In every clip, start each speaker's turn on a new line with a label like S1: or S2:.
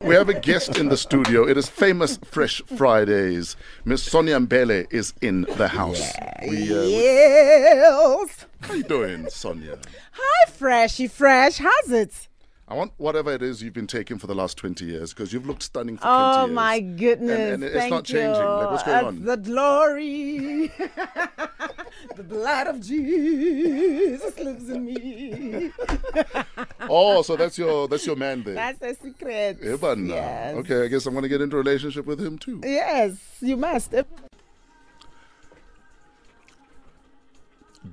S1: We have a guest in the studio. It is famous Fresh Fridays. Miss Sonia Mbele is in the house. We, uh,
S2: Yes.
S1: How you doing, Sonia?
S2: Hi, Freshy Fresh. How's it?
S1: I want whatever it is you've been taking for the last 20 years because you've looked stunning for 20
S2: Oh
S1: years.
S2: my goodness!
S1: And, and it's
S2: Thank
S1: not changing.
S2: You.
S1: Like, what's going
S2: That's
S1: on?
S2: The glory, the blood of Jesus lives in me.
S1: Oh, so that's your that's your man there.
S2: That's the secret.
S1: Eh, but nah.
S2: Yes.
S1: Okay, I guess I'm going to get into a relationship with him too.
S2: Yes, you must.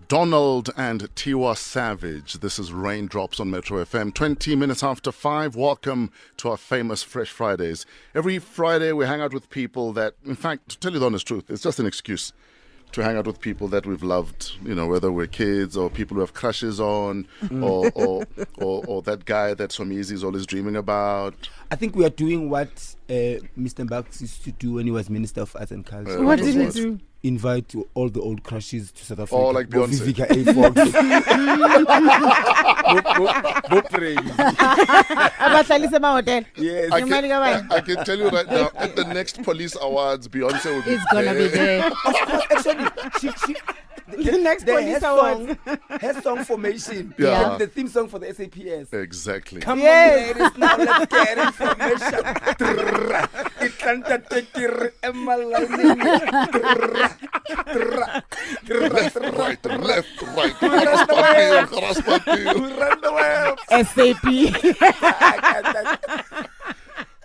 S1: Donald and Tiwa Savage. This is Raindrops on Metro FM. 20 minutes after 5. Welcome to our famous Fresh Fridays. Every Friday, we hang out with people that, in fact, to tell you the honest truth, it's just an excuse to hang out with people that we've loved, you know, whether we're kids or people who have crushes on or, or, or, or that guy that Somizi is always dreaming about.
S3: I think we are doing what uh, Mr. Bax used to do when he was Minister of Arts and Culture.
S1: Uh, What did he
S3: was
S1: do?
S3: Invite all the old crushes to South Africa.
S1: Oh, like
S3: Bo
S1: Beyonce.
S3: Vivica A. Fox. Bo- Bo- Bo Previ.
S2: Abahlalise hotel.
S3: Yes.
S1: I
S2: Your
S1: can,
S2: money go away.
S1: I, I can tell you right now, at the next police awards, Beyonce will be
S4: It's gonna be there.
S3: Actually, she, she,
S2: The next
S3: the,
S2: police
S3: her,
S2: award.
S3: song, her song formation.
S1: Yeah.
S3: became The theme song for the SAPS.
S1: Exactly.
S3: Come
S2: Yes.
S3: on, ladies, now let's get information. Trrra. Itlanta tekere emalayini. Trrra. Trrra. Trrra.
S1: left, right, left, right. Grasspapil, grasspapil.
S3: We run the world.
S2: SAP.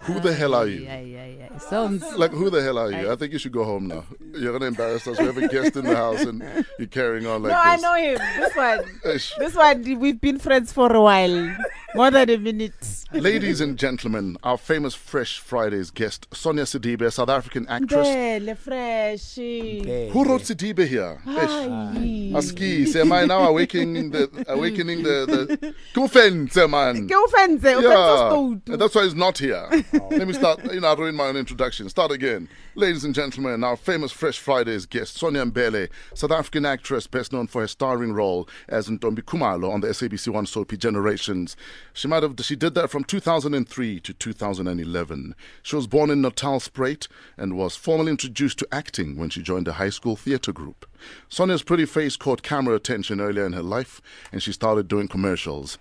S1: Who the hell are you?
S4: Yeah, yeah, yeah. So
S1: Like, who the hell are you? I think you should go home now. You're going to embarrass us. We have a guest in the house and you're carrying on like
S2: no, I
S1: this.
S2: know him. This one.
S1: Ish.
S2: This one. We've been friends for a while, more than a minute.
S1: Ladies and gentlemen, our famous Fresh Fridays guest, Sonia Sidibe, South African actress.
S2: Belle, freshy.
S1: Who wrote Sidibe here? Ish. Aski, say, am I now awakening the awakening the the Kufense man?
S2: Ke ofense, ofense
S1: And
S2: stoutu.
S1: that's why he's not here. Let me start. You know, I ruined my own introduction. Start again. Ladies and gentlemen, our famous Fresh Fridays guest, Sonia Mbele, South African actress best known for her starring role as Ntombi Kumalo on the SABC One soapy Generations. She might have she did that from 2003 to 2011. She was born in Natal Spruit and was formally introduced to acting when she joined a high school theatre group. Sonia's pretty face caught camera attention earlier in her life, and she started doing commercials.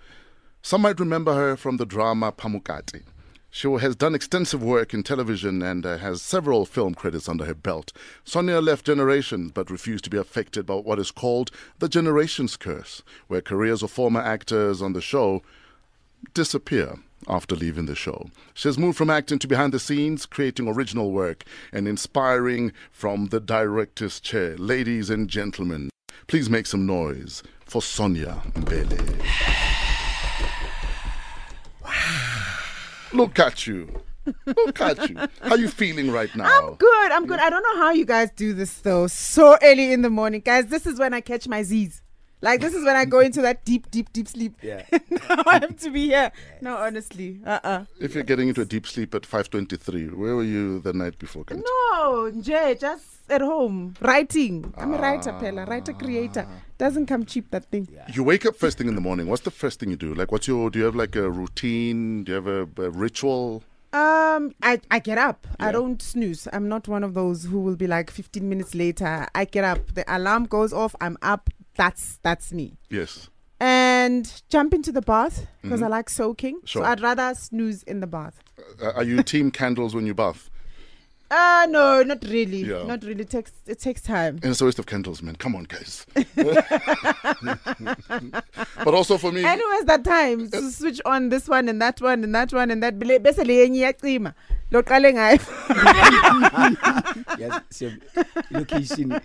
S1: Some might remember her from the drama Pamukati. She has done extensive work in television and uh, has several film credits under her belt. Sonia left Generations but refused to be affected by what is called the Generations Curse, where careers of former actors on the show disappear after leaving the show. She has moved from acting to behind the scenes, creating original work and inspiring from the director's chair. Ladies and gentlemen, please make some noise for Sonia Mbele. Look at you. Look at you. How you feeling right now?
S2: I'm good. I'm good. I don't know how you guys do this though. So early in the morning, guys. This is when I catch my Z's. Like this is when I go into that deep, deep, deep sleep.
S3: Yeah.
S2: now I have to be here. No, honestly. Uh uh
S1: If you're getting into a deep sleep at 5.23, where were you the night before? Kanti?
S2: No, Jay, just at home. Writing. I'm a writer, Pella. Writer creator. Doesn't come cheap that thing.
S1: You wake up first thing in the morning. What's the first thing you do? Like, what's your, do you have like a routine? Do you have a, a ritual?
S2: Um, I, I get up.
S1: Yeah.
S2: I don't snooze. I'm not one of those who will be like 15 minutes later. I get up. The alarm goes off. I'm up. That's that's me.
S1: Yes.
S2: And jump into the bath because I like soaking.
S1: Mm-hmm. Sure.
S2: So I'd rather snooze in the bath.
S1: Uh, are you team candles when you bath?
S2: Uh no, not really.
S1: Yeah.
S2: Not really. It takes it takes time.
S1: And it's a waste of candles, man. Come on, guys. but also for me,
S2: Anyways, that time to switch on this one and that one and that one and that. Bele- bese le enye iyacima. Loqale ngayo.
S3: Yes, so location.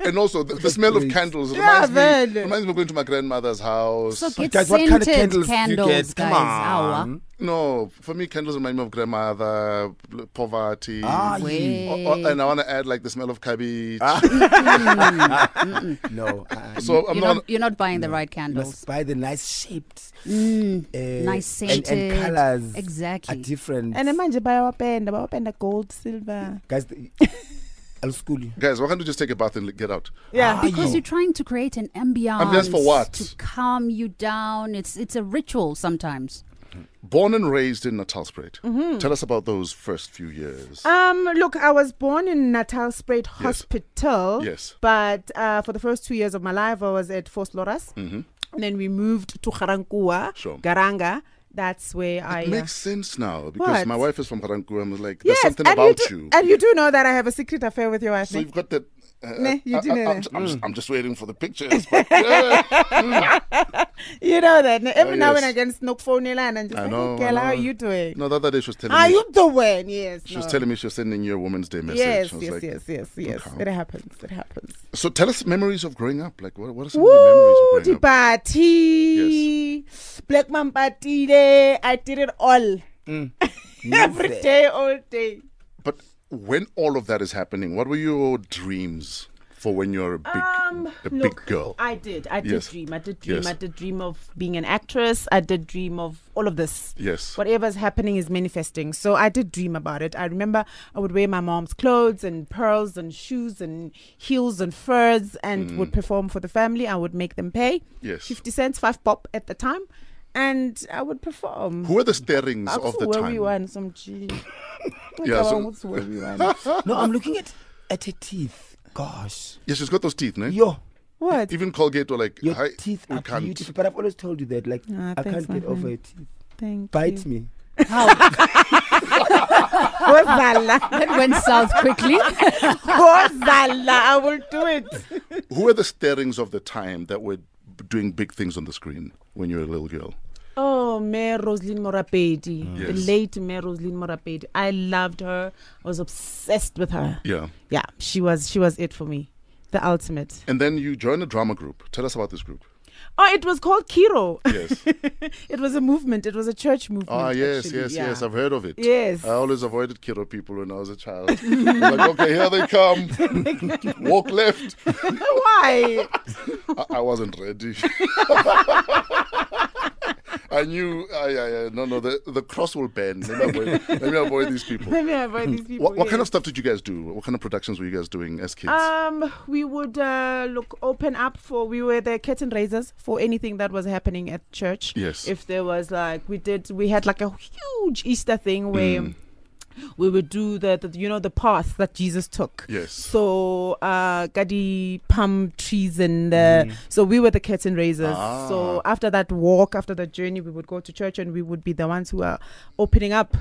S1: and also the, the smell of
S3: Great.
S1: candles
S2: Yeah,
S1: reminds, me,
S2: man.
S1: reminds me of going to my grandmother's house.
S4: so get
S3: Guys, what
S4: scented
S3: kind of candles, do
S4: candles,
S3: you get?
S4: guys.
S3: Come on.
S1: no, for me, candles remind me of grandmother, bl- poverty.
S3: Ah,
S4: Our.
S3: you.
S1: O- o- and I want to add like the smell of cabbage.
S3: No. uh,
S1: So I'm
S4: You're
S1: not.
S4: not, you're not buying the right
S3: You must
S4: candles. Mm,
S3: buy the nice shaped, uh,
S4: nice
S3: and,
S4: scented.
S3: and colors
S4: Exactly.
S3: are different.
S2: And manje bayawapenda, bayawapenda gold, silver.
S1: Ah,
S3: guys, the- I'll school you.
S1: Guys, why can't you just take a bath and get out?
S2: Yeah.
S3: Ah,
S4: because you're trying to create an ambiance.
S1: Ambience for what?
S4: To calm you down. It's it's a ritual sometimes.
S1: Born and raised in Natalspruit.
S2: Mm-hmm.
S1: Tell us about those first few years.
S2: Um, look, I was born in Natal Spruit Hospital.
S1: Yes.
S2: But uh, for the first two years of my life, I was at Fort Loras.
S1: Mm-hmm.
S2: And then we moved to Garankua,
S1: Sure.
S2: Garanga. That's where I. uh,
S1: Makes sense now because
S2: What?
S1: my wife is from Karanku and was like, there's
S2: yes,
S1: something
S2: and
S1: about
S2: do,
S1: you.
S2: And you do know that I have a secret affair with your wife.
S1: So
S2: ne?
S1: you've got that. Uh,
S2: Nah, you
S1: I,
S2: do know
S1: am
S2: that. Mm.
S1: just, I'm just waiting for the pictures. But, yeah.
S2: you know that. ne? Every
S1: Oh,
S2: now and
S1: yes.
S2: again, snook phone and I'm just
S1: I
S2: like,
S1: know,
S2: know,
S1: I
S2: girl, how are
S1: know.
S2: you doing?
S1: no, the other day she was telling
S2: Are
S1: me.
S2: Ah, you doing? Yes.
S1: she was
S2: no.
S1: telling me she was sending you a Women's Day message.
S2: Yes,
S1: I was
S2: yes,
S1: like,
S2: yes, yes, yes.
S1: okay.
S2: It happens. It happens.
S1: So tell us memories of growing up. Like, what, what are some of your memories
S2: Woo,
S1: of growing up?
S2: Dipati, Black Mampatile. I did it all. Every
S3: Move
S2: day, all day.
S1: But when all of that is happening, what were your dreams for when you're a big,
S2: Um,
S1: a big
S2: look,
S1: girl?
S2: I did. I did
S1: Yes.
S2: dream. I did dream.
S1: Yes.
S2: I did dream of being an actress. I did dream of all of this.
S1: yes.
S2: Whatever's happening is manifesting. So I did dream about it. I remember I would wear my mom's clothes and pearls and shoes and heels and furs and would perform for the family. I would make them pay
S1: Mm. Yes.
S2: 50 cents, five pop at the time. And I would perform.
S1: Who are the stirrings
S2: I
S1: of the
S2: where
S1: time?
S2: we were some G.
S1: Yeah, so-
S3: it. No, I'm looking at at her teeth. Gosh.
S1: Yeah, she's got those teeth, no?
S3: Yo,
S2: What?
S1: Even Colgate were like,
S3: your
S1: "Hi,
S3: teeth
S1: we
S3: are
S1: can't."
S3: beautiful. But I've always told you that. Like,
S2: Ah,
S3: I
S2: thanks,
S3: can't get
S2: my
S3: over
S2: friend.
S3: your teeth.
S2: Thank
S3: Bite
S2: you.
S3: me.
S4: How?
S2: Gozala.
S4: That went south quickly.
S2: Gozala. I will do it.
S1: Who are the stirrings of the time that were b- doing big things on the screen when you were a little girl?
S2: Oh, Mayor Roslyn Morapedi, the
S1: Yes.
S2: late Mayor Roslyn Morapedi. I loved her. I was obsessed with her.
S1: Yeah.
S2: Yeah, she was she was it for me, the ultimate.
S1: And then you joined a drama group. Tell us about this group.
S2: Oh, it was called Kiro.
S1: Yes.
S2: it was a movement. It was a church movement.
S1: Ah, yes,
S2: Mm, actually,
S1: yes,
S2: yeah.
S1: yes. I've heard of it.
S2: Yes.
S1: I always avoided Kiro people when I was a child. I was like, okay, here they come. Walk left.
S2: Why?
S1: I, I wasn't ready. I knew, I, I, I, no, no, the, the cross will bend. Let me avoid, let me avoid these people.
S2: Let me avoid these people.
S1: What, what kind
S2: yes.
S1: of stuff did you guys do? What kind of productions were you guys doing as kids?
S2: Um, we would uh, look open up for we were the curtain raisers for anything that was happening at church.
S1: Yes.
S2: If there was like we did, we had like a huge Easter thing where.
S1: Mm.
S2: We would do the, the, you know, the path that Jesus took.
S1: Yes.
S2: So, uh, gadi palm trees and
S1: Mm.
S2: the, so we were the curtain raisers.
S1: Ah.
S2: So after that walk, after that journey, we would go to church and we would be the ones who are opening up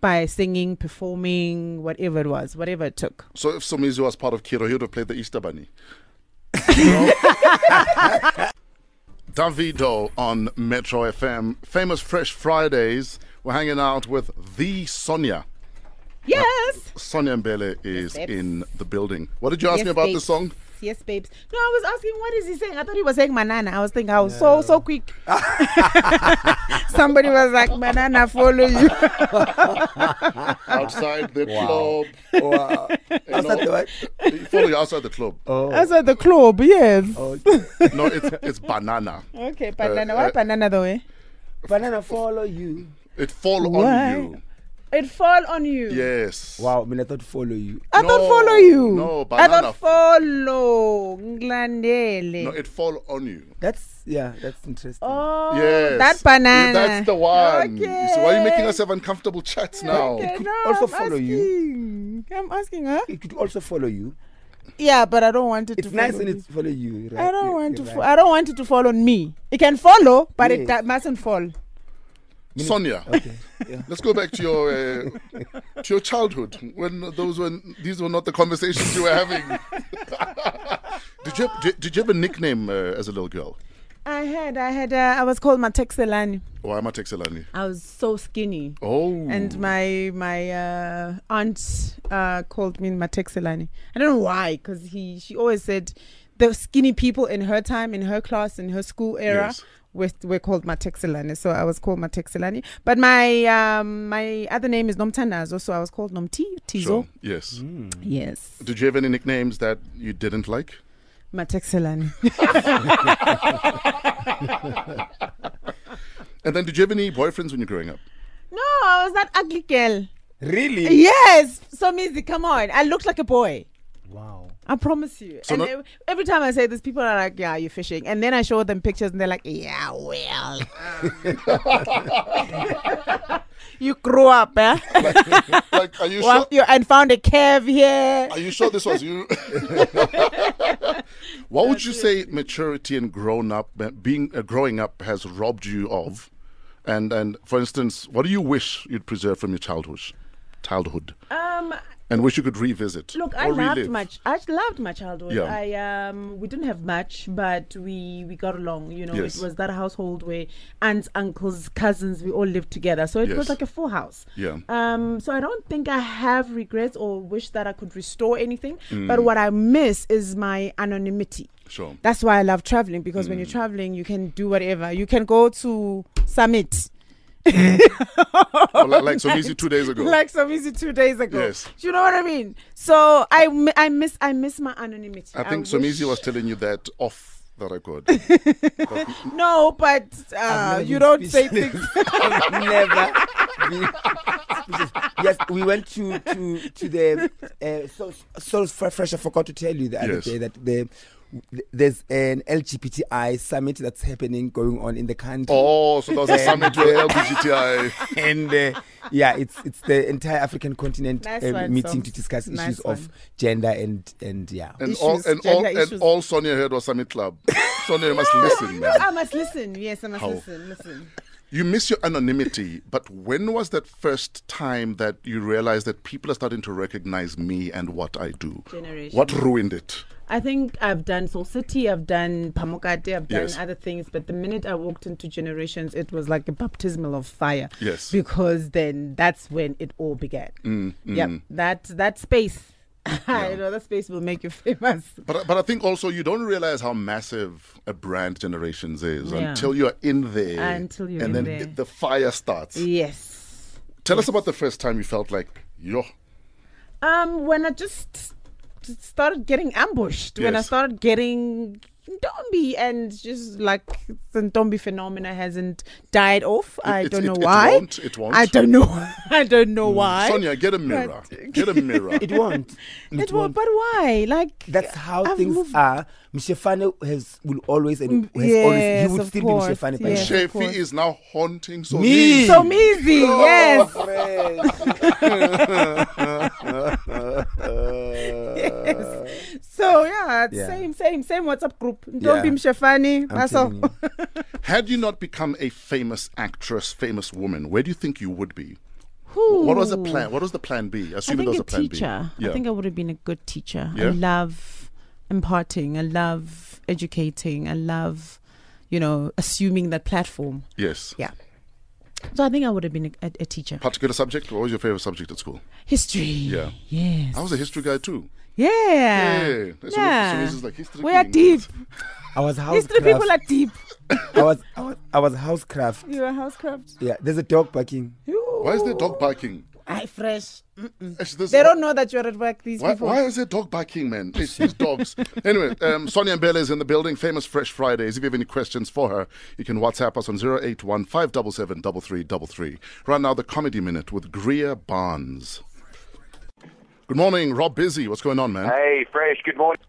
S2: by singing, performing, whatever it was, whatever it took.
S1: so if Somizi was part of Kiro, he would have played the Easter Bunny. Davido on Metro FM. Famous Fresh Fridays. We're hanging out with the Sonia.
S2: Yes.
S1: Sonia Mbele is
S2: babes.
S1: in the building. What did you ask
S2: Yes,
S1: me about
S2: babes.
S1: this song?
S2: Yes, babes. No, I was asking what is he saying. I thought he was saying banana. I was thinking, how so so quick. Somebody was like, banana follow you.
S1: Outside the
S3: Wow.
S1: club.
S3: Wow.
S1: You
S3: Outside
S1: know,
S3: the what?
S1: they follow you outside the club.
S3: uh, Oh.
S2: That's at the club. Yes.
S3: oh.
S1: No, it's it's banana.
S2: Okay, banana.
S1: Uh,
S2: Why
S1: uh,
S2: banana though? Eh?
S3: Banana follow you.
S1: It fall
S2: Why?
S1: on you.
S2: It fall on you.
S1: Yes.
S3: Wow, I mean, I thought follow you.
S2: I
S1: No,
S2: don't follow you.
S1: no,
S2: I
S1: banana.
S2: don't follow. Nglandele.
S1: No, it fall on you.
S3: That's, yeah, that's interesting.
S2: oh,
S1: yes.
S2: that banana.
S1: That's the one. You see, why are you making
S2: Okay.
S1: us Oh, have uncomfortable chats now?
S2: Okay,
S3: could
S2: no,
S3: also
S2: I'm
S3: follow you.
S2: asking. I'm asking her.
S3: It could also follow you.
S2: Yeah, but I don't want it
S3: It's
S2: to
S3: nice
S2: follow
S3: and
S2: me.
S3: it's follow you. Right?
S2: I
S3: You-
S2: don't want to.
S3: you're
S2: Fo-
S3: right.
S2: I don't want it to fall on me. It can follow, but it
S3: Yes.
S2: do- mustn't fall.
S1: Sonia,
S3: Okay. Yeah.
S1: let's go back to your uh, to your childhood when those were these were not the conversations you were having. did you did, did you have a nickname uh, as a little girl?
S2: I had, I had, uh, I was called Matexelani.
S1: Why am I Oh, Texelani?
S2: I was so skinny,
S1: Oh,
S2: and my my uh, aunt uh, called me Matexelani. I don't know why, because he she always said the skinny people in her time, in her class, in her school era.
S1: Yes.
S2: Were, were called Matexelani, so I was called Matexelani. But my um, my other name is Nomtanazo, so I was called Nomti Tizo.
S1: sure. Yes.
S2: Mm. Yes,
S1: Did you have any nicknames that you didn't like?
S2: Matexelani.
S1: And then, did you have any boyfriends when you were growing up?
S2: No, I was that ugly girl.
S3: Really?
S2: Yes, so Mizzy, come on. I looked like a boy.
S3: Wow.
S2: I promise you.
S1: So
S2: and
S1: not-
S2: ev- every time I say this, people are like, "Yeah, you're fishing," and then I show them pictures, and they're like, "Yeah, well, um." you grew up, eh?
S1: Like, like, are you
S2: Well,
S1: sure?
S2: you and found a cave here.
S1: Are you sure this was you? what would you say maturity and grown up, being uh, growing up, has robbed you of? And and for instance, what do you wish you'd preserve from your childhood, childhood,
S2: Um,
S1: and wish you could revisit?
S2: Look, I
S1: or
S2: loved
S1: relive?
S2: my ch- I loved my childhood.
S1: Yeah.
S2: I um we didn't have much, but we we got along. You know,
S1: Yes.
S2: it was that household where aunts, uncles, cousins, we all lived together. So it
S1: Yes.
S2: was like a full house.
S1: Yeah.
S2: Um. So I don't think I have regrets or wish that I could restore anything.
S1: Mm.
S2: But what I miss is my anonymity.
S1: Sure.
S2: That's why I love traveling because
S1: Mm.
S2: when you're traveling, you can do whatever. You can go to summit.
S1: Or like, like so easy two days ago.
S2: Like some easy two days ago.
S1: Yes.
S2: Do you know what I mean? So I, mi- I miss I miss my anonymity.
S1: I think
S2: wish-
S1: Somizi was telling you that off the record.
S2: No, but
S3: I've
S2: uh,
S3: never
S2: you
S3: been
S2: don't say
S3: speechless.
S2: things.
S3: I've never been speechless. Yes, we went to to to the uh, so so fresh. I forgot to tell you the other
S1: Yes.
S3: day that the there's an LGBTI summit that's happening going on in the country.
S1: Oh, so that was a summit to LGBTI.
S3: and uh, yeah, it's it's the entire African continent
S2: Nice
S3: uh,
S2: one,
S3: meeting
S2: Soms.
S3: to discuss
S2: Nice
S3: issues of
S2: one.
S3: gender and and yeah.
S1: And all
S2: Issues,
S1: and all
S2: gender
S1: and
S2: issues.
S1: all Sonia heard was Summit Club. Sonia you must listen.
S2: No,
S1: man.
S2: I must listen. Yes, I must
S1: How?
S2: listen. Listen.
S1: You miss your anonymity, but when was that first time that you realized that people are starting to recognize me and what I do?
S2: Generation.
S1: What ruined it?
S2: I think I've done Soul City, I've done Pamukate, I've done
S1: Yes.
S2: other things, but the minute I walked into Generations, it was like a baptismal of fire.
S1: Yes.
S2: Because then that's when it all began. Mm, Yep. That that space, you know, that space will make you famous.
S1: But but I think also you don't realize how massive a brand generations is
S2: Yeah.
S1: until you're in there.
S2: Until you're
S1: and
S2: in
S1: then
S2: there.
S1: the fire starts.
S2: Yes.
S1: Tell us about the first time you felt like yo.
S2: Um, when I just s- started getting ambushed, when I
S1: Yes.
S2: started getting Ndombi and just like the Ndombi phenomena hasn't died off. I
S1: it-
S2: don't
S1: it-
S2: know
S1: it
S2: why.
S1: won't, it won't. Mm,
S2: I don't know. I don't know why.
S1: Sonia, get a mirror. Get a mirror.
S3: It won't. It,
S2: it will, but why? Like
S3: That's how
S2: I've
S3: things
S2: moved-
S3: are. Mishefane has will always and
S2: Mm,
S3: has always
S2: yes,
S3: he would
S2: of
S3: still
S2: course,
S3: be Mishefane by
S2: yes.
S3: now.
S2: Of
S1: Shefi
S2: course.
S1: is now haunting Sonia.
S3: Me.
S2: So easy, yes.
S1: Oh.
S2: Yes. So yeah,
S3: Yeah.
S2: same, same, same WhatsApp group.
S3: Yeah.
S2: Ndombi Mshefani,
S3: I'm
S2: myself.
S3: telling you.
S1: Had you not become a famous actress, famous woman, where do you think you would be?
S2: Whew.
S1: What was the plan? What was the plan B?
S2: I
S1: Assuming
S2: think
S1: there was
S2: a
S1: a plan
S2: teacher.
S1: B.
S2: I think I would have been a good teacher.
S1: Yeah?
S2: I love imparting. I love educating. I love, you know, assuming that platform.
S1: yes.
S2: Yeah. So I think I would have been a, a teacher.
S1: Particular subject? What was your favorite subject at school?
S2: History.
S1: Yeah.
S2: Yes.
S1: I was a history guy too.
S2: yeah.
S1: Yeah. So
S2: Yeah.
S1: this is like history.
S2: we are
S1: king.
S2: deep.
S3: I was housecraft.
S2: History people are deep.
S3: I was I was I was housecraft.
S2: You are housecraft.
S3: Yeah, there's a dog barking.
S1: Why is there dog barking?
S2: I fresh. Mm-mm.
S1: Actually, this-
S2: They don't know that you're at work. These
S1: Why,
S2: people.
S1: why is there dog barking, man? It's these dogs. Anyway, um, Sonia Mbele is in the building, famous Fresh Fridays. If you have any questions for her, you can WhatsApp us on 081 577 3333. Right now, the Comedy Minute with Greer Barnes. Good morning, Rob Busy. What's going on, man?
S5: Hey, Fresh, good morning.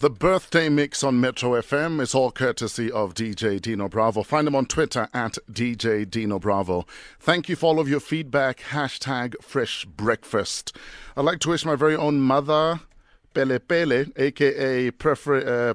S1: The birthday mix on Metro FM is all courtesy of DJ Dino Bravo. Find him on Twitter at DJ Dino Bravo. Thank you for all of your feedback. Hashtag Fresh Breakfast. I'd like to wish my very own mother, Pele Pele, aka Prefer. Uh,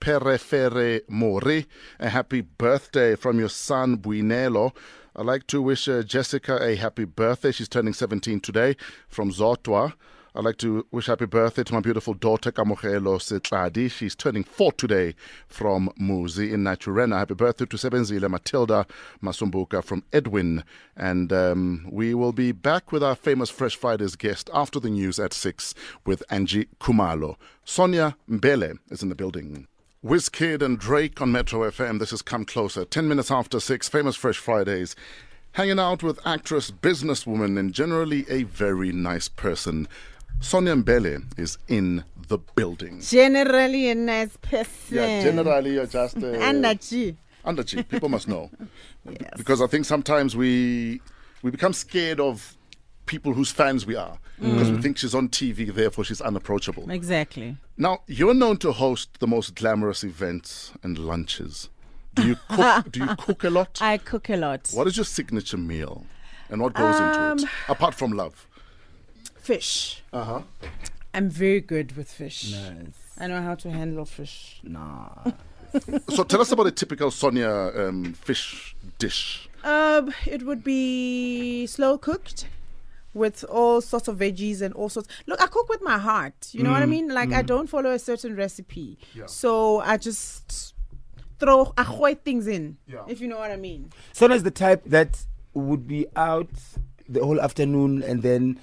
S1: Perefere Mori, a happy birthday from your son Buinelo. I'd like to wish uh, Jessica a happy birthday. She's turning 17 today from Zotwa. I'd like to wish happy birthday to my beautiful daughter Kamogelo Setladi. She's turning four today from Muzi in Naturena. Happy birthday to Sebenzile Matilda Masumbuka from Edwin. And um, we will be back with our famous Fresh Fridays guest after the news at six with Angie Kumalo. Sonia Mbele is in the building. Wizkid and Drake on Metro FM. This has come closer. 10 minutes after 6, famous Fresh Fridays. Hanging out with actress, businesswoman, and generally a very nice person. Sonia Mbele is in the building.
S2: Generally a nice person.
S1: Yeah, generally, you're just. Uh,
S2: And that G.
S1: under G. People must know. Because I think sometimes we we become scared of people whose fans we are
S3: Mm.
S1: because we think she's on TV, therefore she's unapproachable.
S2: Exactly.
S1: Now, you're known to host the most glamorous events and lunches. Do you cook, do you cook a lot?
S2: I cook a lot.
S1: What is your signature meal and what goes
S3: Um,
S1: into it? Apart from love.
S2: Fish.
S1: Uh huh.
S2: I'm very good with fish.
S3: Nice.
S2: I know how to handle fish.
S3: Nah.
S1: So tell us about a typical Sonia um, fish dish.
S2: Um, it would be slow cooked with all sorts of veggies and all sorts. Look, I cook with my heart. You know what I mean? Like I don't follow a certain recipe. So I just throw I throw things in.
S1: Yeah.
S2: If you know what I mean.
S3: Sona is the type that would be out the whole afternoon and then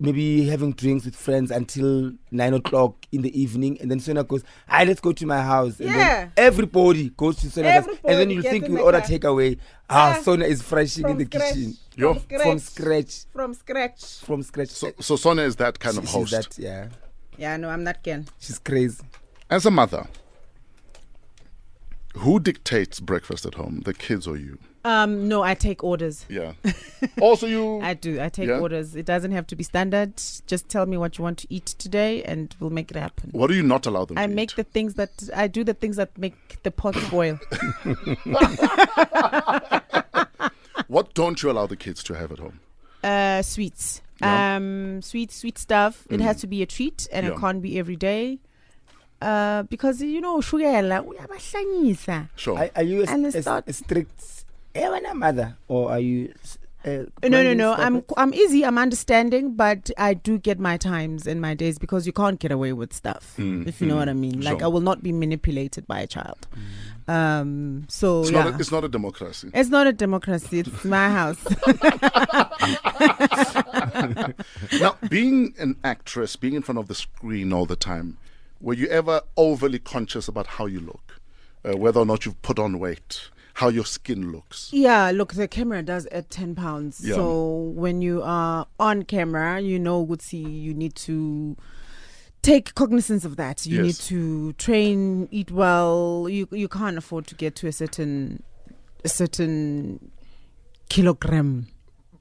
S3: maybe having drinks with friends until nine o'clock in the evening and then Sona goes, Alright, let's go to my house. And
S2: Yeah.
S3: then everybody goes to Sona's house. And then
S2: Everybody
S3: you
S2: gets
S3: think
S2: in
S3: you
S2: the
S3: order
S2: car.
S3: takeaway. Ah,
S2: Yeah.
S3: Sona is freshing in the
S2: scratch,
S3: kitchen.
S1: Yo.
S2: From scratch.
S3: From scratch.
S2: From scratch.
S3: From scratch.
S1: So, so Sonia is that kind
S3: She-
S1: of
S3: she's
S1: host.
S3: that, yeah.
S2: Yeah, no, I'm not Ken.
S3: She's crazy.
S1: As a mother, who dictates breakfast at home, the kids or you?
S2: Um, no, I take orders.
S1: Yeah. also, you.
S2: I do. I take
S1: Yeah.
S2: orders. It doesn't have to be standard. Just tell me what you want to eat today, and we'll make it happen.
S1: What do you not allow them
S2: I
S1: to
S2: make
S1: eat?
S2: the things that I do the things that make the pot boil.
S1: What don't you allow the kids to have at home?
S2: Uh, sweets,
S1: Yeah. Mm.
S2: um, sweet, sweet stuff. It has to be a treat, and
S1: Yeah.
S2: it can't be every day. Uh, because you know sugar like, uyabahlanyisa.
S1: Sure.
S3: Are, are you a,
S2: And it's
S3: a-
S2: not-
S3: a strict Ewana mother or are you s- uh,
S2: No, no, no.
S3: stop
S2: I'm
S3: it?
S2: I'm easy. I'm understanding, but I do get my times and my days because you can't get away with stuff. If you know what I mean. Like
S1: Mm, Sure. Mm.
S2: I will not be manipulated by a child. Um. So
S1: it's,
S2: yeah.
S1: not a, it's not a democracy.
S2: It's not a democracy. It's my house.
S1: now, being an actress, being in front of the screen all the time, were you ever overly conscious about how you look, uh, whether or not you've put on weight, how your skin looks?
S2: Yeah, look, the camera does add 10 pounds.
S1: Yeah.
S2: So when you are on camera, you know, Gutsy, you need to take cognizance of that. You need
S1: Yes.
S2: to train, eat well. You you can't afford to get to a certain a certain kilogram.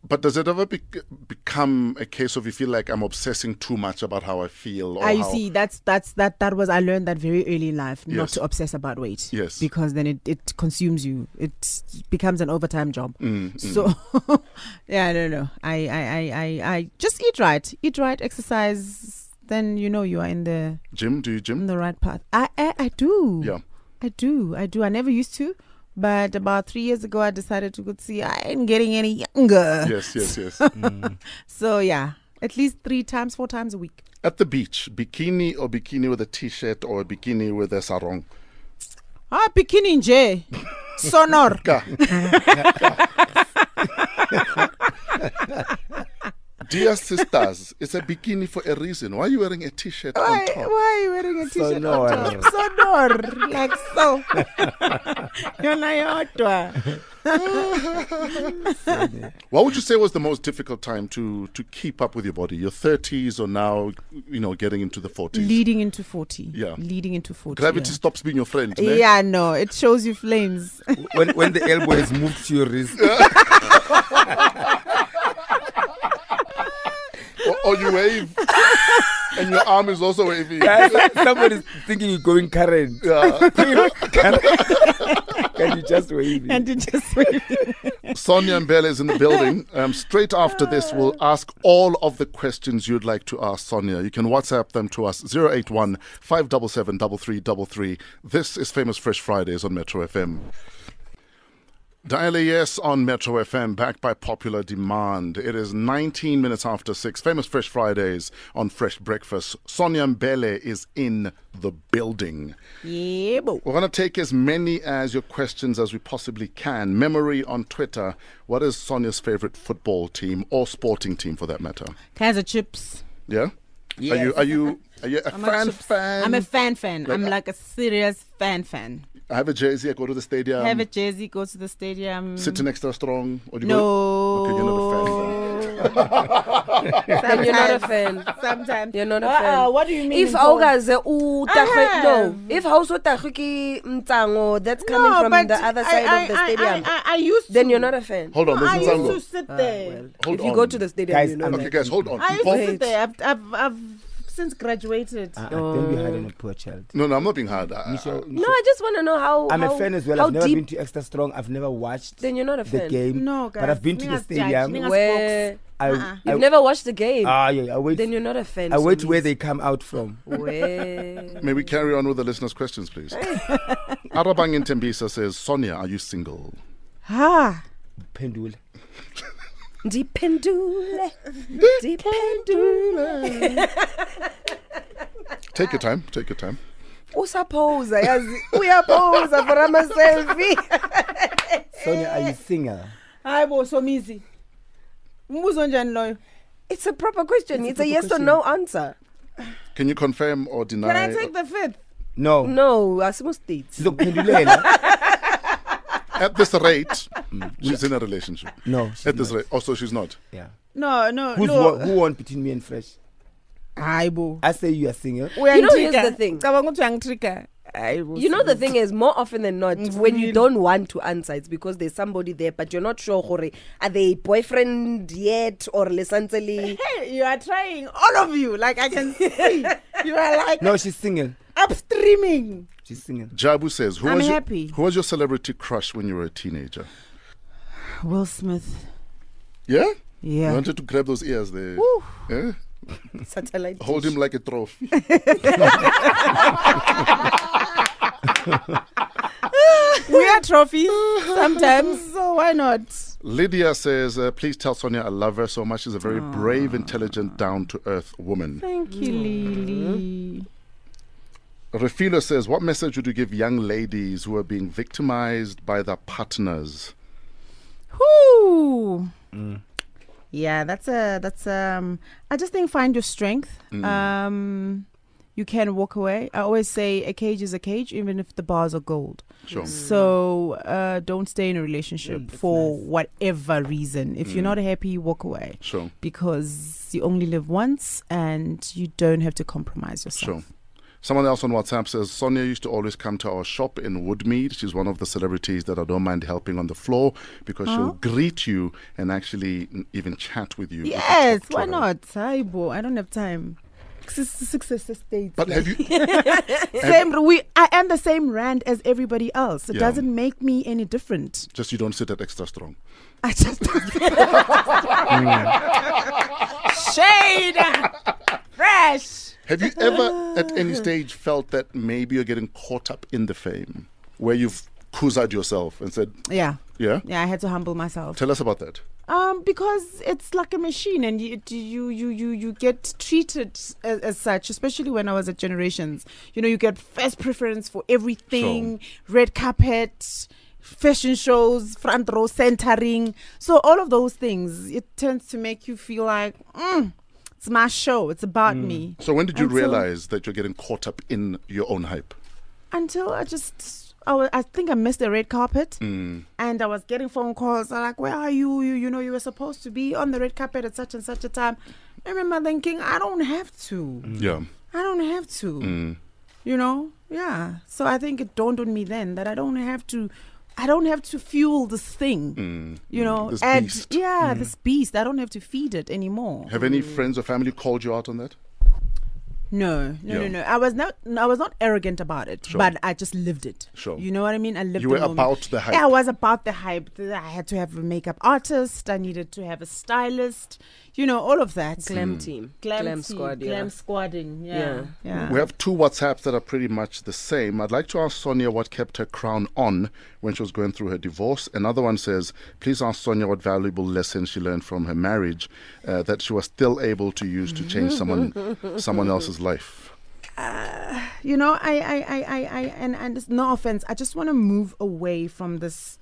S1: But does it ever bec become a case of you feel like I'm obsessing too much about how I feel? Or
S2: I
S1: how-
S2: see. That's that's that that was I learned that very early in life not
S1: Yes.
S2: to obsess about weight.
S1: Yes.
S2: Because then it, it consumes you. It becomes an overtime job.
S1: Mm,
S2: so yeah, I don't know. I, I I I I just eat right. Eat right, exercise, then you know you are in the
S1: Jim, do you
S2: in
S1: gym?
S2: the right path. I I, I do.
S1: Yeah.
S2: I do. I do. I never used to. But about three years ago, I decided to go see. I ain't getting any younger.
S1: Yes, yes, yes.
S2: So yeah, at least three times, four times a week.
S1: At the beach, bikini or bikini with a t-shirt or a bikini with a sarong?
S2: Ah, bikini nje. Sonor.
S1: Ka. Dear sisters, it's a bikini for a reason. Why are you wearing a t-shirt on
S2: Why,
S1: top?
S2: why are you wearing a t-shirt
S3: Sonor.
S2: on top? Sonor, like so. Yona yodwa.
S1: What would you say was the most difficult time to to keep up with your body? Your thirties or now, you know, getting into the forties.
S2: Leading into 40.
S1: Yeah.
S2: Leading into 40.
S1: Gravity stops being your friend. eh?
S2: Yeah.
S1: ne?
S2: yeah, no, it shows you flames.
S5: Mm.
S3: when, when the elbow is moved to your wrist.
S1: Or, or you wave, and your arm is also waving.
S3: Yeah, Somebody's thinking you're going current.
S1: Yeah.
S3: You know, current. and you just wave. it.
S2: and it just really-
S1: Sonia Mbele is in the building. Um, straight after this, we'll ask all of the questions you'd like to ask Sonia. You can WhatsApp them to us 081 577 3333. This is Famous Fresh Fridays on Metro FM. Dial AS on Metro FM, backed by popular demand. It is 19 minutes after 6. Famous Fresh Fridays on Fresh Breakfast. Sonia Mbele is in the building.
S2: yeah, bo.
S1: We're going to take as many as your questions as we possibly can. Memory on Twitter. What is Sonia's favorite football team or sporting team for that matter?
S2: Kaiser chips.
S1: Yeah? Are you are you are you a
S2: I'm
S1: fan
S2: a chips-
S1: fan?
S2: I'm a fan fan. I'm
S1: Like-
S2: like a serious fan fan.
S1: I have a jersey, I go to the
S5: Um,
S1: stadium.
S2: Have a jersey, go to the stadium.
S1: Sitting extra strong. Or do you
S2: no.
S1: Go, okay, you're not a fan.
S5: And you're not a
S2: Sometimes.
S5: fan.
S2: Sometimes.
S5: You're not a
S2: Uh, uh,
S5: fan.
S2: what do you mean?
S5: If
S2: important?
S5: Augaze u tagwe- no,
S2: have.
S5: if house tagwe ki mtango that's coming
S2: No,
S5: from
S2: but
S5: the other side
S2: I,
S5: of the
S2: I,
S5: stadium,
S2: I, I, I, I used
S5: then
S2: to.
S5: you're not a fan.
S1: Hold on,
S2: I
S1: there's
S2: used to
S1: Ntango.
S2: sit
S5: Ah,
S2: there.
S5: well,
S1: Hold
S5: if you
S1: on.
S5: go to the stadium,
S3: Guys,
S5: you know
S3: I'm
S5: that.
S1: Okay, guys, hold on.
S2: I used to
S5: Wait.
S2: sit there. I've, I've, I've since graduated.
S3: Ah, ah, don't be hard on a
S5: Oh.
S3: poor child.
S1: No, no, I'm not being hard. Uh, I- I-
S3: Michelle,
S5: No, I just want to know how.
S3: I'm
S5: how,
S3: a fan as well.
S5: How
S3: I've never
S5: deep?
S3: been to Extra Strong. I've never watched
S5: Then you're not a
S3: the
S5: fan.
S3: game.
S2: No, guys.
S3: But I've been to the
S2: Ninga's judge,
S3: stadium.
S2: ninga's
S5: Where
S3: I,
S2: Uh-uh.
S3: I,
S5: you've never watched the game,
S3: ah, yeah, yeah, I wait.
S5: then you're not a fan.
S3: I wait
S5: Somizi.
S3: where they come out from. Oh,
S5: Where?
S1: May we carry on with the listeners' questions, please? Arabang in Tembisa says, Sonia, are you single?
S2: Ha.
S3: Pendula.
S5: Dipendule. Dipendule.
S1: Take your time, take your time.
S5: Usapoza, yazi. Uyapoza for ama selfie.
S3: Sonia, are
S5: Eh.
S3: you single?
S2: Hayi bo somizi. Umbuzo njani loyo?
S5: It's a proper question. It's,
S3: a
S5: a,
S3: proper
S5: yes
S3: question.
S5: or no answer.
S1: Can you confirm or deny?
S2: Can I take the fifth?
S3: No. eh,
S5: No, asimustates.
S3: Sizokuphendulela.
S1: At this rate, Mm, she's in a relationship.
S3: no. she's
S1: At this
S3: not.
S1: rate. Oh, so she's not.
S3: Yeah.
S2: No, no,
S3: Who's
S2: no.
S3: won, who won between me and Fresh?
S2: Hayi bo.
S3: I say you are single.
S5: You know, here's the thing.
S2: Cabanga ukuthi uyangitrigger. Hayi bo.
S5: You know, the thing is, more often than not, when you
S2: Mvumile.
S5: don't want to answer, it's because there's somebody there, but you're not sure, gore, are they boyfriend yet or lesanteli?
S2: Hey, you are trying all of you like I can see. you are like
S3: No, she's single.
S2: upstreaming.
S3: She's single.
S1: Jabu says, who
S2: I'm
S1: was,
S2: happy.
S1: Your, who was your celebrity crush when you were a teenager?
S2: Will Smith.
S1: Yeah? You
S2: Yeah.
S1: wanted to grab those ears there. Yeah?
S5: Satellite.
S1: Hold him like a trophy.
S2: we are trophies sometimes, so why not?
S1: Lydia says, uh, please tell Sonia I love her so much. She's a very brave, intelligent, down to earth woman.
S2: Thank you, Lily.
S1: Refila says, what message would you give young ladies who are being victimized by their partners?
S2: Whoo.
S3: Mm.
S2: Yeah, that's a that's um. I just think find your strength. Um, you can walk away. I always say a cage is a cage, even if the bars are gold.
S1: Sure.
S2: So uh, don't stay in a relationship
S3: Mm, that's
S2: for
S3: nice. Mm.
S2: whatever reason. If you're not happy, walk away
S1: Sure.
S2: because you only live once and you don't have to compromise
S1: Sure.
S2: yourself.
S1: Someone else on WhatsApp says Sonia used to always come to our shop in Woodmead. She's one of the celebrities that I don't mind helping on the floor because
S2: Oh.
S1: she'll greet you and actually n- even chat with you. if you
S2: Yes,
S1: talk to
S2: why
S1: her.
S2: not? Hi, bo. I don't have time. Six, six, six, six dates.
S1: But have you?
S2: same we I am the same rand as everybody else. It
S1: Yeah.
S2: doesn't make me any different.
S1: just you don't sit at extra strong.
S2: I just shade fresh.
S1: Have you ever, at any stage, felt that maybe you're getting caught up in the fame, where you've coozed yourself and said,
S2: Yeah,
S1: "Yeah,
S2: yeah. I had to humble myself.
S1: tell us about that."
S2: Um, because it's like a machine, and you you you you, you get treated as, as such. Especially when I was at Generations, you know, you get first preference for everything, red carpet, fashion shows, front row centering. So all of those things, it tends to make you feel like, mm, it's my show. It's about me.
S1: So when did you
S2: And so-
S1: realize that you're getting caught up in your own hype?
S2: Until I just, I, wa- I think I missed the red carpet.
S1: Mm.
S2: and I was getting phone calls uh, like, "Where are you? You, you know, you were supposed to be on the red carpet at such and such a time." I remember thinking, "I don't have to.
S1: Yeah.
S2: I don't have to."
S1: Mm.
S2: You know, yeah. So I think it dawned on me then that I don't have to. I don't have to fuel this thing. You know,
S1: Mm. This
S2: and
S1: beast. Mm.
S2: yeah, this beast. I don't have to feed it anymore.
S1: Have any friends or family called you out on that?
S2: No, no,
S1: Yeah.
S2: no, no. I was not. no, I was not arrogant about it,
S1: Sure.
S2: but I just lived it.
S1: Sure.
S2: You know what I mean? I lived.
S1: You
S2: the
S1: were
S2: moment.
S1: about the hype.
S2: Yeah, I was about the hype. Th- I had to have a makeup artist. I needed to have a stylist. You know, all of that.
S3: Hmm.
S5: Glam team.
S2: team,
S5: squad. Yeah.
S2: Glam squadding. Yeah. Yeah.
S1: We have two WhatsApps that are pretty much the same. I'd like to ask Sonia what kept her crown on when she was going through her divorce. Another one says, please ask Sonia what valuable lessons she learned from her marriage uh, that she was still able to use to change someone someone else's life.
S2: You know, I, I, I, I, I and and it's no offense. I just want to move away from this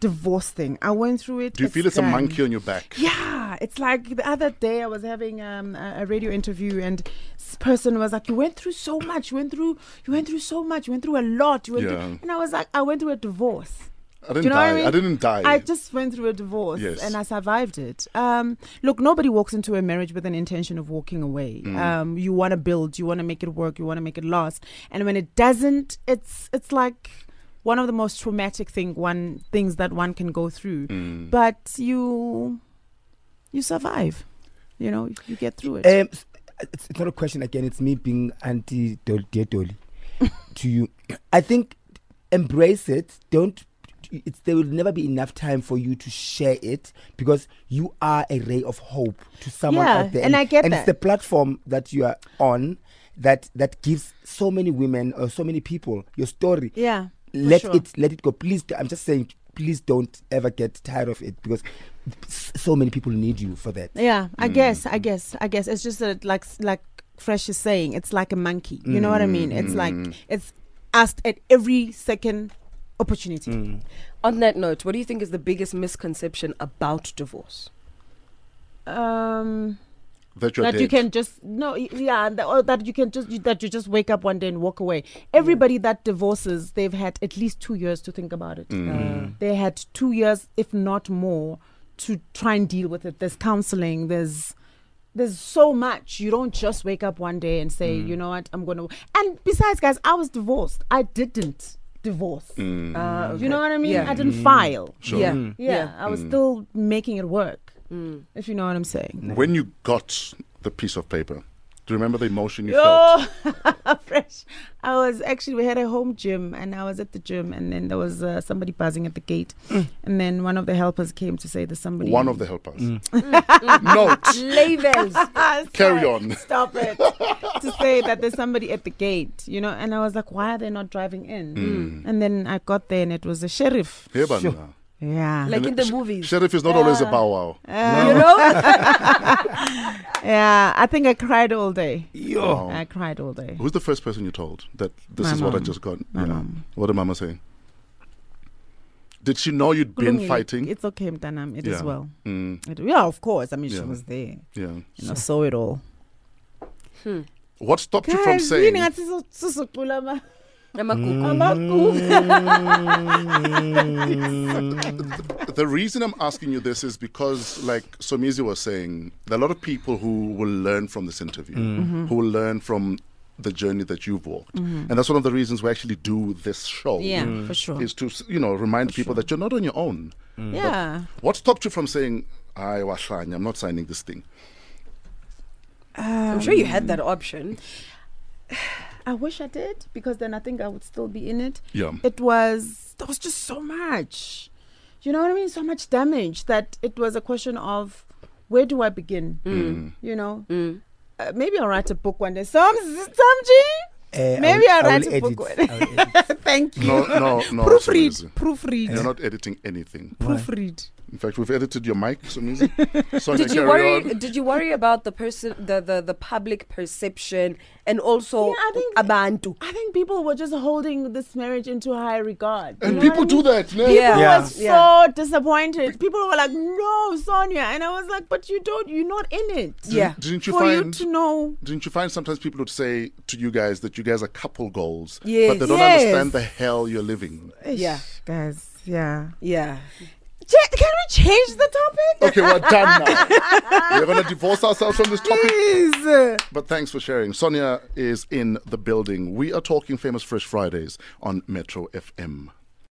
S2: divorce thing. I went through it.
S1: Do you feel it's a
S2: done.
S1: monkey on your back?
S2: Yeah, it's like the other day I was having um, a, a radio interview and this person was like, "You went through so much. You went through. You went through so much. You went through a lot. You went
S1: Yeah.
S2: through." And I was like, "I went through a divorce."
S1: I didn't
S2: Do you know
S1: die.
S2: what I mean?
S1: didn't die.
S2: I just went through a divorce
S1: Yes.
S2: and I survived it. Um, look, nobody walks into a marriage with an intention of walking away.
S1: Mm.
S2: Um, you want to build, you want to make it work, you want to make it last, and when it doesn't, it's it's like one of the most traumatic thing one things that one can go through.
S1: Mm.
S2: But you you survive. You know, you get through it.
S3: Um, s- it's, it's not a question again. It's me being anti Dol- dear Dolly to you. I think embrace it. Don't. It's, there will never be enough time for you to share it because you are a ray of hope to someone
S2: Yeah,
S3: out there.
S2: and I get
S3: and
S2: that.
S3: it's the platform that you are on that that gives so many women or so many people your story
S2: yeah. for
S3: let
S2: sure.
S3: it let it go please d- i'm just saying please don't ever get tired of it because s- so many people need you for that
S2: Yeah, I guess, I guess, I guess. It's just that, like, like Fresh is saying, it's like a monkey. You know what I mean? It's like it's asked at every second opportunity.
S5: On that note, what do you think is the biggest misconception about divorce?
S2: Mm. Um,
S1: that you're
S2: that you
S1: dead.
S2: can just no, y- yeah, and that, or that you can just you, that you just wake up one day and walk away. Everybody that divorces, they've had at least two years to think about it.
S5: Mm.
S2: They had two years, if not more, to try and deal with it. There's counseling. There's there's so much. You don't just wake up one day and say, you know what, I'm gonna. And besides, guys, I was divorced. I didn't divorce.
S5: Ah, okay.
S2: You know what I mean?
S5: Yeah. Mm.
S2: I didn't file.
S1: Sure. Mm.
S5: Yeah.
S3: Hmm.
S5: Mm.
S2: Yeah, I was still making it work. If you know what I'm saying.
S1: When you got the piece of paper, do you remember the emotion you felt?
S2: Oh, fresh. I was actually, we had a home gym and I was at the gym and then there was uh, somebody buzzing at the gate. And then one of the helpers came to say there's somebody.
S1: Mm. One of the helpers.
S2: Mm.
S1: Note.
S5: Labels.
S2: Ah,
S1: Carry
S2: sorry.
S1: on.
S2: Stop it. to say that there's somebody at the gate, you know. And I was like, why are they not driving in?
S1: Mm.
S2: And then I got there and it was a sheriff.
S1: Here, Banana.
S2: Yeah.
S5: like in the
S1: Sh-
S5: movies.
S1: Sheriff is not always a bow wow.
S5: you know?
S2: uh, yeah. I think I cried all day.
S1: Wow.
S2: I cried all day.
S1: Who's the first person you told that this
S2: My
S1: is what I
S2: mom.
S1: just got?
S2: My mom.
S1: What did Mama say? Did she know you'd been
S2: Kulungile.
S1: fighting?
S2: It's okay, Mtanam. It is
S1: Yeah.
S2: well.
S1: Mm,
S2: It- yeah, of course. I mean,
S1: Yeah.
S2: she was there.
S1: yeah.
S2: You know, saw it all.
S1: What stopped you from saying?
S2: Mm.
S5: Namaku.
S1: The reason I'm asking you this is because, like Somizi was saying, there are a lot of people who will learn from this interview,
S2: Mm.
S1: who will learn from the journey that you've walked, and that's one of the reasons we actually do this show.
S2: Yeah,
S3: Hmm.
S2: for sure.
S1: Is to you know remind people that you're not on your own.
S2: Yeah.
S1: What stopped you from saying, "I I'm not signing this thing"?
S2: um,
S5: I'm sure you had that option.
S2: I wish I did because then I think I would still be in it.
S1: Yeah.
S2: It was there was just so much. You know what I mean? So much damage that it was a question of where do I begin?
S1: Mm.
S2: Mm. You know? Uh, maybe I'll write a book one day. Some Samji?
S3: Uh,
S2: Maybe I'll
S3: will-
S2: write a
S3: edit.
S2: book one
S3: I will edit.
S2: day. Thank you.
S1: No, no, no.
S2: proofread.
S1: Somizi.
S2: Proofread.
S1: You're not editing anything.
S2: Proofread.
S1: In fact, we've edited your mic, Somizi. Sonia,
S5: Did you
S1: carry
S5: worry?
S1: on.
S5: Did you worry about the person, the, the the public perception, and also
S2: Yeah, I think-
S5: abantu?
S2: I think people were just holding this marriage into high regard. you
S1: And
S2: know
S1: people
S2: what I mean?
S1: do that. no?
S5: Yeah.
S2: People
S3: Yeah.
S2: were so
S5: Yeah.
S2: disappointed. People were like, "No, Sonia," and I was like, "But you don't. You're not in it."
S5: Yeah.
S1: Didn't you
S2: For you
S1: find
S2: to know,
S1: Didn't you find sometimes people would say to you guys that you guys are couple goals, but
S5: Yes.
S1: they don't
S2: Yes.
S1: understand the hell you're living?
S5: Yeah.
S2: Ish, guys. Yeah.
S5: Yeah.
S2: Ch- can we change the topic?
S1: Okay, we're done now. we're going to divorce ourselves from this topic.
S5: uh,
S2: Please.
S1: But thanks for sharing. Sonia is in the building. We are talking Famous Fresh Fridays on Metro FM.